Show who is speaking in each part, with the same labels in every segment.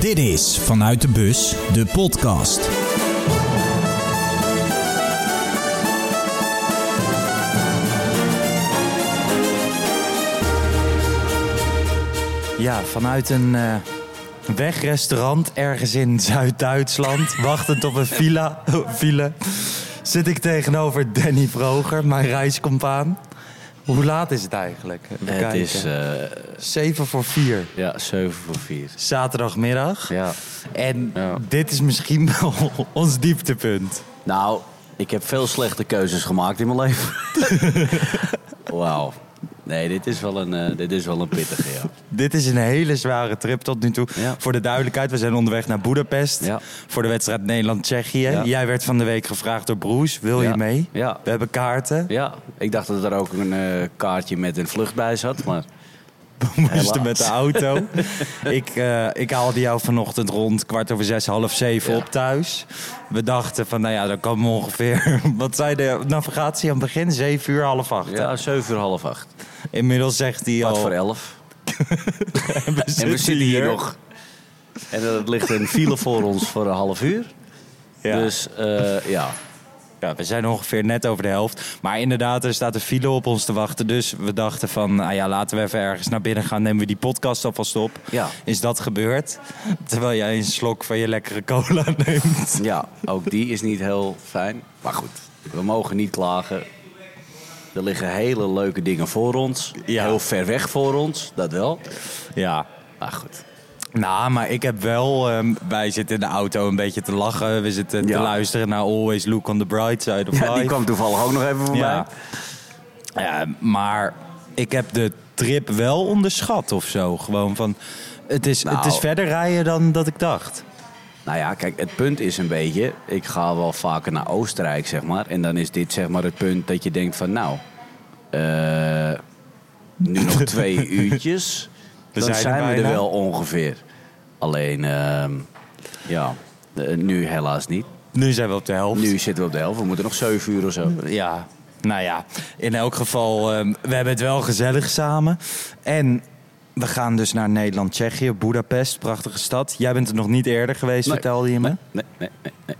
Speaker 1: Dit is Vanuit de Bus, de podcast. Ja, vanuit een eh, wegrestaurant ergens in Zuid-Duitsland, wachtend op een villa, file, zit ik tegenover Danny Vroger, mijn reiscompaan. Hoe laat is het eigenlijk? Even
Speaker 2: Het
Speaker 1: kijken.
Speaker 2: is eh,
Speaker 1: 7 voor 4,
Speaker 2: ja, 7 voor 4.
Speaker 1: zaterdagmiddag.
Speaker 2: Ja.
Speaker 1: En
Speaker 2: Ja.
Speaker 1: dit is misschien wel ons dieptepunt.
Speaker 2: Nou, ik heb veel slechte keuzes gemaakt in mijn leven. Wauw. Nee, dit is wel een, eh, dit is wel een pittige, ja.
Speaker 1: Dit is een hele zware trip tot nu toe.
Speaker 2: Ja.
Speaker 1: Voor de duidelijkheid, we zijn onderweg naar Boedapest.
Speaker 2: Ja.
Speaker 1: Voor de wedstrijd Nederland-Tsjechië.
Speaker 2: Ja.
Speaker 1: Jij werd van de week gevraagd door Broes, wil je
Speaker 2: Ja.
Speaker 1: mee?
Speaker 2: Ja.
Speaker 1: We hebben kaarten.
Speaker 2: Ja, ik dacht dat er ook een eh, kaartje met een vlucht bij zat, maar...
Speaker 1: We moesten
Speaker 2: Helaas.
Speaker 1: met de auto. ik, eh, ik haalde jou vanochtend rond kwart over zes, half zeven
Speaker 2: Ja.
Speaker 1: op thuis. We dachten van, nou ja, dan komen we ongeveer... Wat zei de navigatie aan het begin? Zeven uur, half acht. hè?
Speaker 2: Ja, 7 uur half 8.
Speaker 1: Inmiddels zegt hij al...
Speaker 2: Kwart voor 11.
Speaker 1: en we
Speaker 2: En we zitten hier nog. En er ligt een file voor ons voor een half uur.
Speaker 1: Ja.
Speaker 2: Dus eh, ja,
Speaker 1: Ja, we zijn ongeveer net over de helft. Maar inderdaad, er staat een file op ons te wachten. Dus we dachten van, nou ja, laten we even ergens naar binnen gaan. Nemen we die podcast alvast op.
Speaker 2: Ja.
Speaker 1: Is dat gebeurd? Terwijl jij een slok van je lekkere cola neemt.
Speaker 2: Ja, ook die is niet heel fijn. Maar goed, we mogen niet klagen. Er liggen hele leuke dingen voor ons.
Speaker 1: Ja.
Speaker 2: Heel ver weg voor ons, dat wel.
Speaker 1: Ja.
Speaker 2: Maar goed.
Speaker 1: Nou, maar ik heb wel... ehm, wij zitten in de auto een beetje te lachen. We zitten te
Speaker 2: Ja.
Speaker 1: luisteren naar Always Look on the Bright Side of
Speaker 2: Ja,
Speaker 1: Life.
Speaker 2: die kwam toevallig ook nog even voorbij.
Speaker 1: Ja. Ja, maar ik heb de trip wel onderschat of zo. Gewoon van, het is, het
Speaker 2: Nou.
Speaker 1: is verder rijden dan dat ik dacht.
Speaker 2: Nou ja, kijk, het punt is een beetje... Ik ga wel vaker naar Oostenrijk, zeg maar. En dan is dit zeg maar het punt dat je denkt van... Nou, eh, nu nog twee uurtjes.
Speaker 1: We
Speaker 2: dan
Speaker 1: zijn
Speaker 2: zijn,
Speaker 1: er
Speaker 2: we er
Speaker 1: bijna.
Speaker 2: wel ongeveer. Alleen, ehm, ja, eh, nu helaas niet.
Speaker 1: Nu zijn we op de helft.
Speaker 2: Nu zitten we op de helft. We moeten nog 7 uur of zo.
Speaker 1: Ja, nou ja. In elk geval, ehm, we hebben het wel gezellig samen. En we gaan dus naar Nederland-Tsjechië, Boedapest, prachtige stad. Jij bent er nog niet eerder geweest,
Speaker 2: Nee.
Speaker 1: vertelde je me.
Speaker 2: Nee, nee, nee. nee.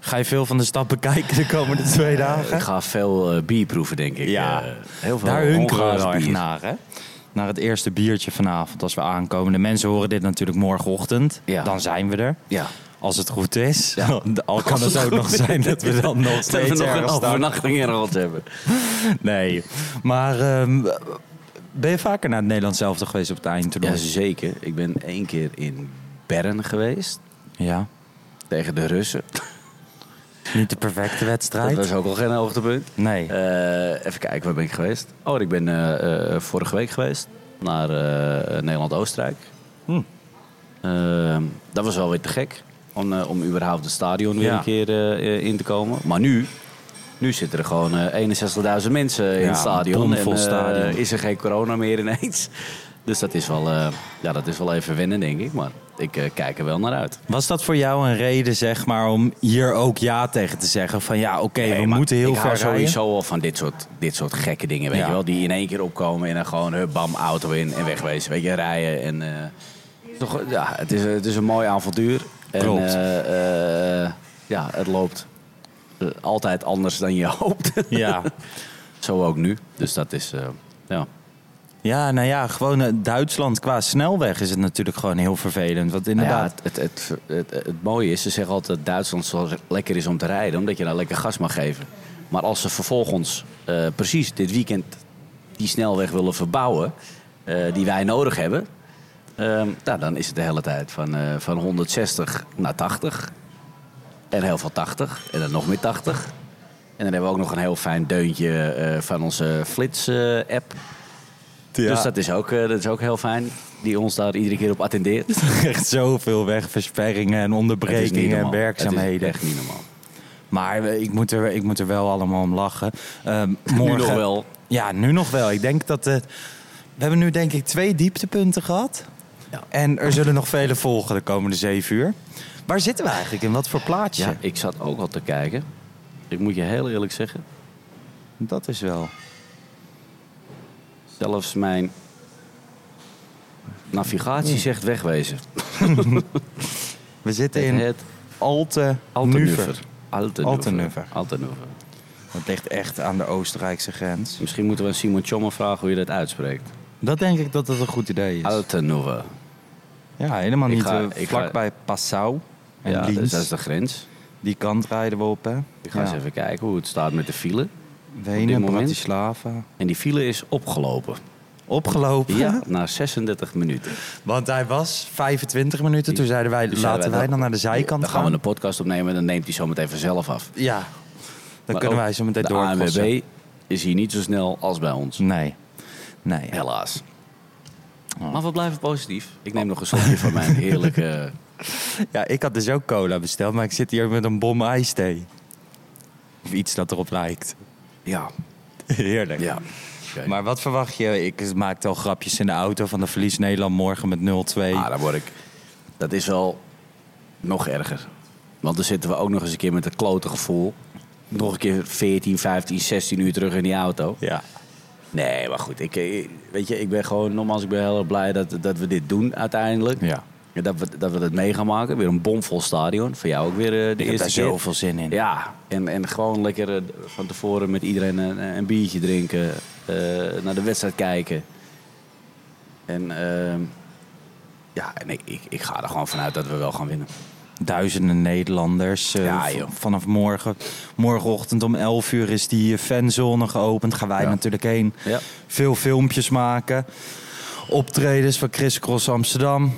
Speaker 1: Ga je veel van de stad bekijken de komende twee dagen?
Speaker 2: Eh, Ik ga veel eh, bier proeven, denk ik.
Speaker 1: Ja,
Speaker 2: Eh, heel veel
Speaker 1: Daar hunkeren we
Speaker 2: Hongaars
Speaker 1: wel echt
Speaker 2: bier.
Speaker 1: naar, hè? Naar het eerste biertje vanavond als we aankomen. De mensen horen dit natuurlijk morgenochtend.
Speaker 2: Ja.
Speaker 1: Dan zijn we er.
Speaker 2: Ja.
Speaker 1: Als het goed is.
Speaker 2: Ja.
Speaker 1: Al kan
Speaker 2: Als
Speaker 1: het,
Speaker 2: het
Speaker 1: ook
Speaker 2: goed
Speaker 1: nog
Speaker 2: is.
Speaker 1: zijn dat we dan nog
Speaker 2: Dat we
Speaker 1: steeds
Speaker 2: nog
Speaker 1: ergens
Speaker 2: een
Speaker 1: staan.
Speaker 2: overnachting in Rotterdam hebben.
Speaker 1: Nee, maar ehm, ben je vaker naar het Nederlands zelf geweest op het eindtoernooi?
Speaker 2: Ja, zeker. Ik ben één keer in Bern geweest.
Speaker 1: Ja,
Speaker 2: Tegen de Russen.
Speaker 1: niet de perfecte
Speaker 2: Dat
Speaker 1: wedstrijd.
Speaker 2: was ook al geen hoogtepunt.
Speaker 1: Nee,
Speaker 2: Eh, even kijken, waar ben ik geweest? Oh, ik ben eh, eh, vorige week geweest naar eh, Nederland-Oostenrijk.
Speaker 1: Hm.
Speaker 2: Eh, dat was wel weer te gek om, eh, om überhaupt het stadion weer
Speaker 1: Ja.
Speaker 2: een keer eh, eh, in te komen. Maar nu, nu zitten er gewoon eh, 61.000 mensen in
Speaker 1: Ja,
Speaker 2: het stadion.
Speaker 1: bomvol
Speaker 2: eh,
Speaker 1: stadion.
Speaker 2: is er geen corona meer ineens. Dus dat is wel, eh, ja, dat is wel even wennen, denk ik. Maar ik eh, kijk er wel naar uit.
Speaker 1: was dat voor jou een reden zeg maar om hier ook ja tegen te zeggen? Van ja, oké, we
Speaker 2: Nee, maar
Speaker 1: moeten heel
Speaker 2: ik
Speaker 1: ver
Speaker 2: hou
Speaker 1: rijden.
Speaker 2: sowieso al van dit soort, dit soort gekke dingen, weet
Speaker 1: Ja.
Speaker 2: je wel. Die in één keer opkomen en dan gewoon hup, bam, auto in en wegwezen. Weet je, rijden en... eh, toch, ja, het is, het is een mooi avontuur. En,
Speaker 1: Klopt.
Speaker 2: eh, eh, ja, het loopt eh, altijd anders dan je hoopt.
Speaker 1: Ja.
Speaker 2: Zo ook nu. Dus dat is... eh, ja.
Speaker 1: ja, nou ja, gewoon eh, Duitsland qua snelweg is het natuurlijk gewoon heel vervelend. Want inderdaad,
Speaker 2: Ja, het, het, het, het, het mooie is, ze zeggen altijd dat Duitsland zo lekker is om te rijden, omdat je daar lekker gas mag geven. Maar als ze vervolgens eh, precies dit weekend die snelweg willen verbouwen, eh, die wij nodig hebben, ehm, nou, dan is het de hele tijd van, eh, van 160 naar 80. En heel veel 80. En dan nog meer 80. En dan hebben we ook nog een heel fijn deuntje eh, van onze Flits-app.
Speaker 1: Ja.
Speaker 2: Dus dat is, ook, eh, dat is ook heel fijn. Die ons daar iedere keer op attendeert.
Speaker 1: echt zoveel wegversperringen en
Speaker 2: Het is niet
Speaker 1: onderbrekingen en
Speaker 2: normaal. Het
Speaker 1: werkzaamheden.
Speaker 2: is echt niet normaal.
Speaker 1: Maar eh, ik moet, er, ik moet er wel allemaal om lachen. Ehm, morgen,
Speaker 2: nog wel.
Speaker 1: Ja, nu nog wel. Ik denk dat... eh, we hebben nu denk ik twee dieptepunten gehad.
Speaker 2: Ja.
Speaker 1: En er zullen nog vele volgen de komende zeven uur. Waar zitten we eigenlijk? In wat voor plaatsje?
Speaker 2: Ja, ik zat ook al te kijken. Ik moet je heel eerlijk zeggen.
Speaker 1: Dat is wel...
Speaker 2: Zelfs mijn navigatie zegt wegwezen.
Speaker 1: We zitten
Speaker 2: Tegen
Speaker 1: in
Speaker 2: het
Speaker 1: Alte
Speaker 2: Altenuver.
Speaker 1: Nuver. Altenuver.
Speaker 2: Altenuver.
Speaker 1: Dat ligt echt aan de Oostenrijkse grens.
Speaker 2: Misschien moeten we aan Simon Tjommer vragen hoe je dat uitspreekt.
Speaker 1: Dat denk ik dat dat een goed idee is.
Speaker 2: Altenuver.
Speaker 1: Ja, helemaal
Speaker 2: Oh, Ik
Speaker 1: niet
Speaker 2: ga-
Speaker 1: eh,
Speaker 2: ik ga-
Speaker 1: vlakbij Passau en
Speaker 2: Ja,
Speaker 1: Liens.
Speaker 2: dus dat is de grens.
Speaker 1: Die kant rijden we op, hè?
Speaker 2: Ik ga
Speaker 1: Ja.
Speaker 2: eens even kijken hoe het staat met de file. op dit
Speaker 1: Wenen,
Speaker 2: moment.
Speaker 1: Bratislava.
Speaker 2: En die file is opgelopen.
Speaker 1: Opgelopen.
Speaker 2: Ja, na 36 minuten.
Speaker 1: Want hij was 25 minuten. Toen zeiden wij,
Speaker 2: Dus
Speaker 1: laten
Speaker 2: zeiden
Speaker 1: wij dan naar de zijkant
Speaker 2: Dan
Speaker 1: gaan.
Speaker 2: gaan we een podcast opnemen en dan neemt hij zo meteen vanzelf af.
Speaker 1: Ja, dan
Speaker 2: Maar
Speaker 1: kunnen
Speaker 2: ook
Speaker 1: wij zo meteen
Speaker 2: De
Speaker 1: doorkrossen.
Speaker 2: ANWB is hier niet zo snel als bij ons.
Speaker 1: Nee, nee.
Speaker 2: Helaas.
Speaker 1: Oh.
Speaker 2: Maar we blijven positief. Ik neem nog een slokje van mijn heerlijke...
Speaker 1: Ja, ik had dus ook cola besteld, maar ik zit hier met een bom ijsthee. Of iets dat erop lijkt.
Speaker 2: Ja,
Speaker 1: Heerlijk.
Speaker 2: ja. Oké.
Speaker 1: Maar wat verwacht je? Ik maakte al grapjes in de auto van de verlies Nederland morgen met 0-2.
Speaker 2: Ah, daar word ik... Dat is wel nog erger. Want dan zitten we ook nog eens een keer met dat klote gevoel. Nog een keer 14, 15, 16 uur terug in die auto.
Speaker 1: ja.
Speaker 2: Nee, maar goed. Ik, eh, weet je, ik ben gewoon... Nogmaals, ik ben heel erg blij dat, dat we dit doen uiteindelijk.
Speaker 1: Ja.
Speaker 2: En Dat we, dat we dat mee gaan maken. Weer een bomvol stadion. Voor jou ook weer eh, de
Speaker 1: Ik heb
Speaker 2: eerste
Speaker 1: daar
Speaker 2: keer.
Speaker 1: zoveel zin in.
Speaker 2: Ja, en, en gewoon lekker eh, van tevoren met iedereen een, een biertje drinken. eh, naar de wedstrijd kijken. En ehm, ja, en ik, ik, ik ga er gewoon vanuit dat we wel gaan winnen.
Speaker 1: Duizenden Nederlanders. eh,
Speaker 2: Ja,
Speaker 1: v-
Speaker 2: joh.
Speaker 1: Vanaf morgen. Morgenochtend om 11 uur is die eh, fanzone geopend. Gaan wij
Speaker 2: Ja.
Speaker 1: natuurlijk heen.
Speaker 2: Ja.
Speaker 1: Veel filmpjes maken. Optredens van Chris Cross Amsterdam.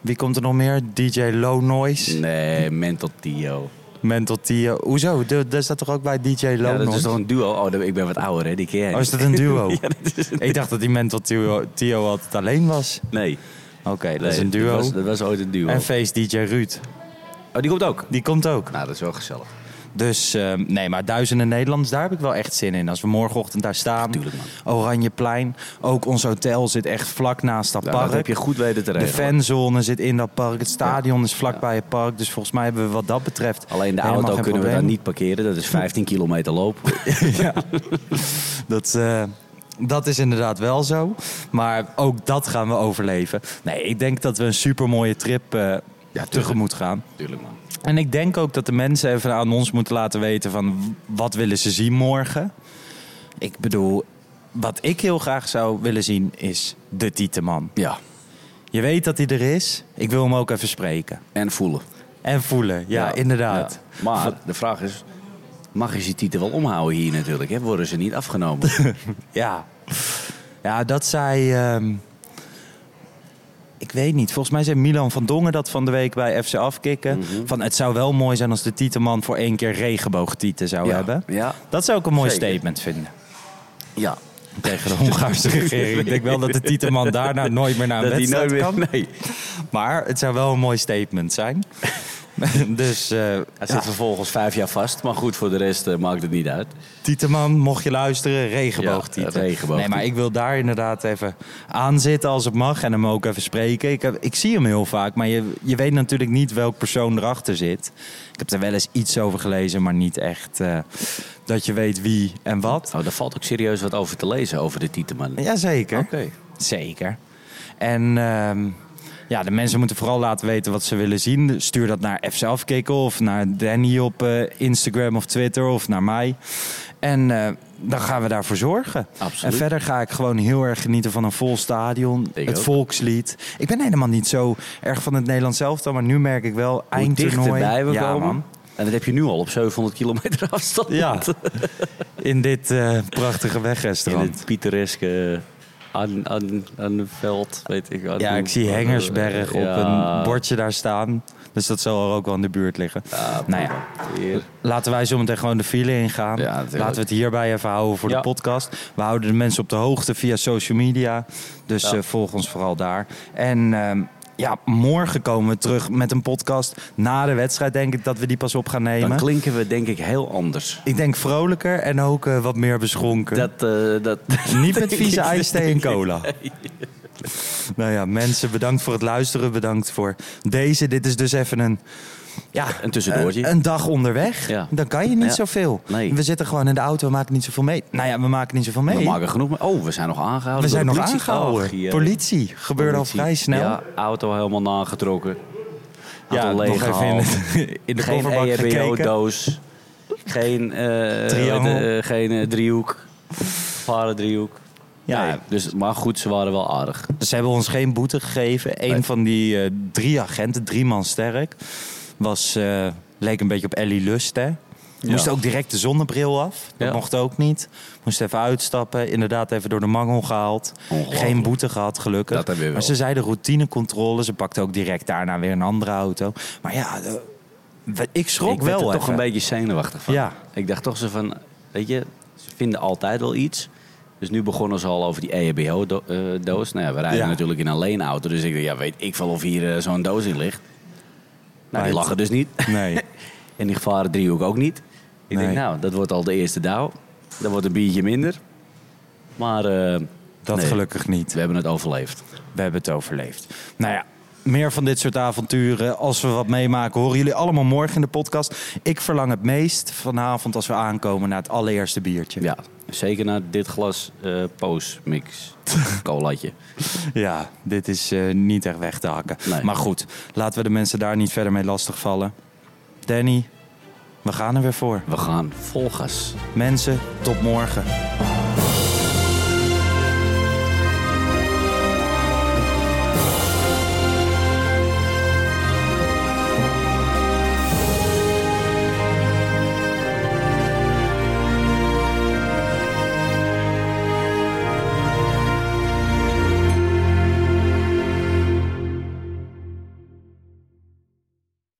Speaker 1: Wie komt er nog meer? DJ Low Noise.
Speaker 2: Nee, Mental Tio.
Speaker 1: Mental Tia. eh, Hoezo? De- Daar staat toch ook bij DJ Low
Speaker 2: Ja, dat
Speaker 1: Noise?
Speaker 2: is toch een duo? Oh, dat- ik ben wat ouder, hè? Die ken jij
Speaker 1: Oh, is
Speaker 2: niet.
Speaker 1: dat een duo?
Speaker 2: Ja, dat is-
Speaker 1: Ik dacht dat die Mental Tio, Tio altijd alleen was.
Speaker 2: Nee.
Speaker 1: Oké, dat
Speaker 2: nee,
Speaker 1: is een duo.
Speaker 2: Dat was, dat was ooit een duo.
Speaker 1: En feest DJ Ruud.
Speaker 2: Oh, die komt ook?
Speaker 1: Die komt ook.
Speaker 2: Nou, dat is wel gezellig.
Speaker 1: Dus ehm, nee, maar duizenden Nederlanders, daar heb ik wel echt zin in. Als we morgenochtend daar staan,
Speaker 2: Tuurlijk,
Speaker 1: Oranjeplein. Ook ons hotel zit echt vlak naast dat
Speaker 2: Ja,
Speaker 1: park.
Speaker 2: Nou, dat heb je goed weten te
Speaker 1: de
Speaker 2: regelen.
Speaker 1: fanzone zit in dat park. Het stadion is vlakbij het park. Dus volgens mij hebben we wat dat betreft.
Speaker 2: Alleen de
Speaker 1: helemaal
Speaker 2: auto
Speaker 1: geen
Speaker 2: kunnen we daar
Speaker 1: probleem.
Speaker 2: niet parkeren. Dat is 15 kilometer lopen.
Speaker 1: ja. dat, eh, dat is inderdaad wel zo. Maar ook dat gaan we overleven. Nee, ik denk dat we een supermooie trip eh, tegemoet gaan.
Speaker 2: Tuurlijk, man.
Speaker 1: En ik denk ook dat de mensen even aan ons moeten laten weten van w- wat willen ze zien morgen. Ik bedoel, wat ik heel graag zou willen zien is de Tieteman.
Speaker 2: Ja.
Speaker 1: Je weet dat hij er is. Ik wil hem ook even spreken.
Speaker 2: En voelen.
Speaker 1: En voelen, ja, inderdaad.
Speaker 2: ja. Maar de vraag is, mag je die titel wel omhouden hier natuurlijk? Hè? Worden ze niet afgenomen?
Speaker 1: Ja. Ja, dat zei. ehm, ik weet niet. Volgens mij zei Milan van Dongen dat van de week bij FC Afkikken. Van het zou wel mooi zijn als de Tieteman voor één keer regenboogtieten zou
Speaker 2: Ja,
Speaker 1: hebben.
Speaker 2: ja.
Speaker 1: Dat zou ik een mooi
Speaker 2: Zeker.
Speaker 1: statement vinden.
Speaker 2: ja.
Speaker 1: Tegen de Hongaarse regering. Ik denk wel dat de Tieteman daarna nooit meer naar een
Speaker 2: Dat die
Speaker 1: wedstrijd
Speaker 2: nooit meer...
Speaker 1: kan.
Speaker 2: Nee.
Speaker 1: Maar het zou wel een mooi statement zijn. dus eh
Speaker 2: Hij
Speaker 1: ja,
Speaker 2: zit vervolgens vijf jaar vast. Maar goed, voor de rest eh, maakt het niet uit.
Speaker 1: Tieteman, mocht je luisteren, regenboogtieten.
Speaker 2: Ja, regenboogtieten.
Speaker 1: Nee, maar ik wil daar inderdaad even aan zitten als het mag en hem ook even spreken. Ik, heb, ik zie hem heel vaak, maar je, je weet natuurlijk niet welk persoon erachter zit. Ik heb er wel eens iets over gelezen, maar niet echt eh, dat je weet wie en wat.
Speaker 2: Nou, daar valt ook serieus wat over te lezen, over de Tieteman.
Speaker 1: Jazeker.
Speaker 2: Oké.
Speaker 1: Zeker. En ehm, ja, de mensen moeten vooral laten weten wat ze willen zien. Stuur dat naar F Zelfkikken of naar Danny op eh, Instagram of Twitter of naar mij. En eh, dan gaan we daarvoor zorgen.
Speaker 2: Absoluut.
Speaker 1: En verder ga ik gewoon heel erg genieten van een vol stadion.
Speaker 2: Ik
Speaker 1: het
Speaker 2: ook.
Speaker 1: volkslied. Ik ben helemaal niet zo erg van het Nederlands zelf, maar nu merk ik wel
Speaker 2: Hoe
Speaker 1: eindtoernooi.
Speaker 2: dichterbij we
Speaker 1: ja,
Speaker 2: komen.
Speaker 1: man.
Speaker 2: En dat heb je nu al op 700 kilometer afstand.
Speaker 1: Ja, in dit eh, prachtige
Speaker 2: In
Speaker 1: wegrestaurant.
Speaker 2: het pittoreske eh, aan, aan, aan het veld, weet ik.
Speaker 1: Ja, ik zie Hengersberg op een bordje daar staan. Dus dat zal er ook wel in de buurt liggen. nou ja,
Speaker 2: Hier.
Speaker 1: laten wij zometeen gewoon de file ingaan.
Speaker 2: Ja,
Speaker 1: laten
Speaker 2: natuurlijk.
Speaker 1: we het hierbij even houden voor
Speaker 2: Ja.
Speaker 1: de podcast. We houden de mensen op de hoogte via social media. Dus
Speaker 2: Ja.
Speaker 1: eh, volg ons vooral daar. En ehm, ja, morgen komen we terug met een podcast. Na de wedstrijd denk ik dat we die pas op gaan
Speaker 2: Dan
Speaker 1: nemen.
Speaker 2: klinken we denk ik heel anders.
Speaker 1: Ik denk vrolijker en ook eh, wat meer beschonken.
Speaker 2: Dat, eh, dat,
Speaker 1: Niet met vieze ijsthee en cola. Nou ja, mensen, bedankt voor het luisteren. Bedankt voor deze. Dit is dus even een Ja,
Speaker 2: Een tussendoortje.
Speaker 1: Een, een dag onderweg,
Speaker 2: Ja.
Speaker 1: dan kan je niet
Speaker 2: Ja.
Speaker 1: zoveel.
Speaker 2: Nee.
Speaker 1: We zitten gewoon in de auto, we maken niet zoveel mee. Nou ja, we maken niet zoveel mee.
Speaker 2: We maken genoeg mee. Oh, we zijn nog aangehouden.
Speaker 1: we zijn
Speaker 2: door
Speaker 1: nog
Speaker 2: de politie.
Speaker 1: aangehouden.
Speaker 2: Ach, jee.
Speaker 1: politie gebeurde
Speaker 2: Politie.
Speaker 1: al vrij snel.
Speaker 2: Ja, auto helemaal nagetrokken.
Speaker 1: Ja,
Speaker 2: Auto
Speaker 1: nog
Speaker 2: leeg
Speaker 1: even in, het- in de
Speaker 2: Geen E
Speaker 1: kofferbak gekeken.
Speaker 2: EHBO-doos. Geen, eh,
Speaker 1: Triangel.
Speaker 2: eh, eh, geen eh, driehoek. Varen driehoek.
Speaker 1: Ja.
Speaker 2: Ja, dus, maar goed, ze waren wel aardig.
Speaker 1: Ze hebben ons geen boete gegeven. Een
Speaker 2: Nee.
Speaker 1: van die eh, drie agenten, drie man sterk, was, eh, leek een beetje op Ellie Lust, hè? Moest ook direct de zonnebril af. Dat
Speaker 2: Ja.
Speaker 1: mocht ook niet. Moest even uitstappen. Inderdaad, even door de mangel gehaald.
Speaker 2: Ongelooflijk.
Speaker 1: Geen boete gehad, gelukkig.
Speaker 2: Dat hebben we wel.
Speaker 1: Maar ze zeiden routinecontrole. Ze pakte ook direct daarna weer een andere auto. Maar ja, eh, we- ik schrok
Speaker 2: ik
Speaker 1: wel
Speaker 2: werd er toch
Speaker 1: even.
Speaker 2: een beetje zenuwachtig van.
Speaker 1: Ja.
Speaker 2: Ik dacht toch zo van, weet je, ze vinden altijd wel iets. Dus nu begonnen ze al over die EHBO-doos. Nou ja, we rijden
Speaker 1: Ja.
Speaker 2: natuurlijk in een leenauto. Dus ik dacht, ja, weet ik veel of hier eh, zo'n doos in ligt. Nou,
Speaker 1: het-
Speaker 2: die lachen dus niet.
Speaker 1: Nee.
Speaker 2: En die gevaren driehoek ook niet. Ik
Speaker 1: Nee.
Speaker 2: denk, nou, dat wordt al de eerste douw. Dan wordt een biertje minder. Maar eh,
Speaker 1: Dat
Speaker 2: nee,
Speaker 1: gelukkig niet.
Speaker 2: we hebben het overleefd.
Speaker 1: We hebben het overleefd. Nou ja, meer van dit soort avonturen. Als we wat meemaken, horen jullie allemaal morgen in de podcast. Ik verlang het meest vanavond als we aankomen naar het allereerste biertje.
Speaker 2: Ja, zeker na dit glas eh poosmix colaatje.
Speaker 1: Ja, dit is eh, niet echt weg te hakken.
Speaker 2: Nee.
Speaker 1: Maar goed, laten we de mensen daar niet verder mee lastigvallen. Danny, we gaan er weer voor.
Speaker 2: We gaan vol gas.
Speaker 1: Mensen, tot morgen.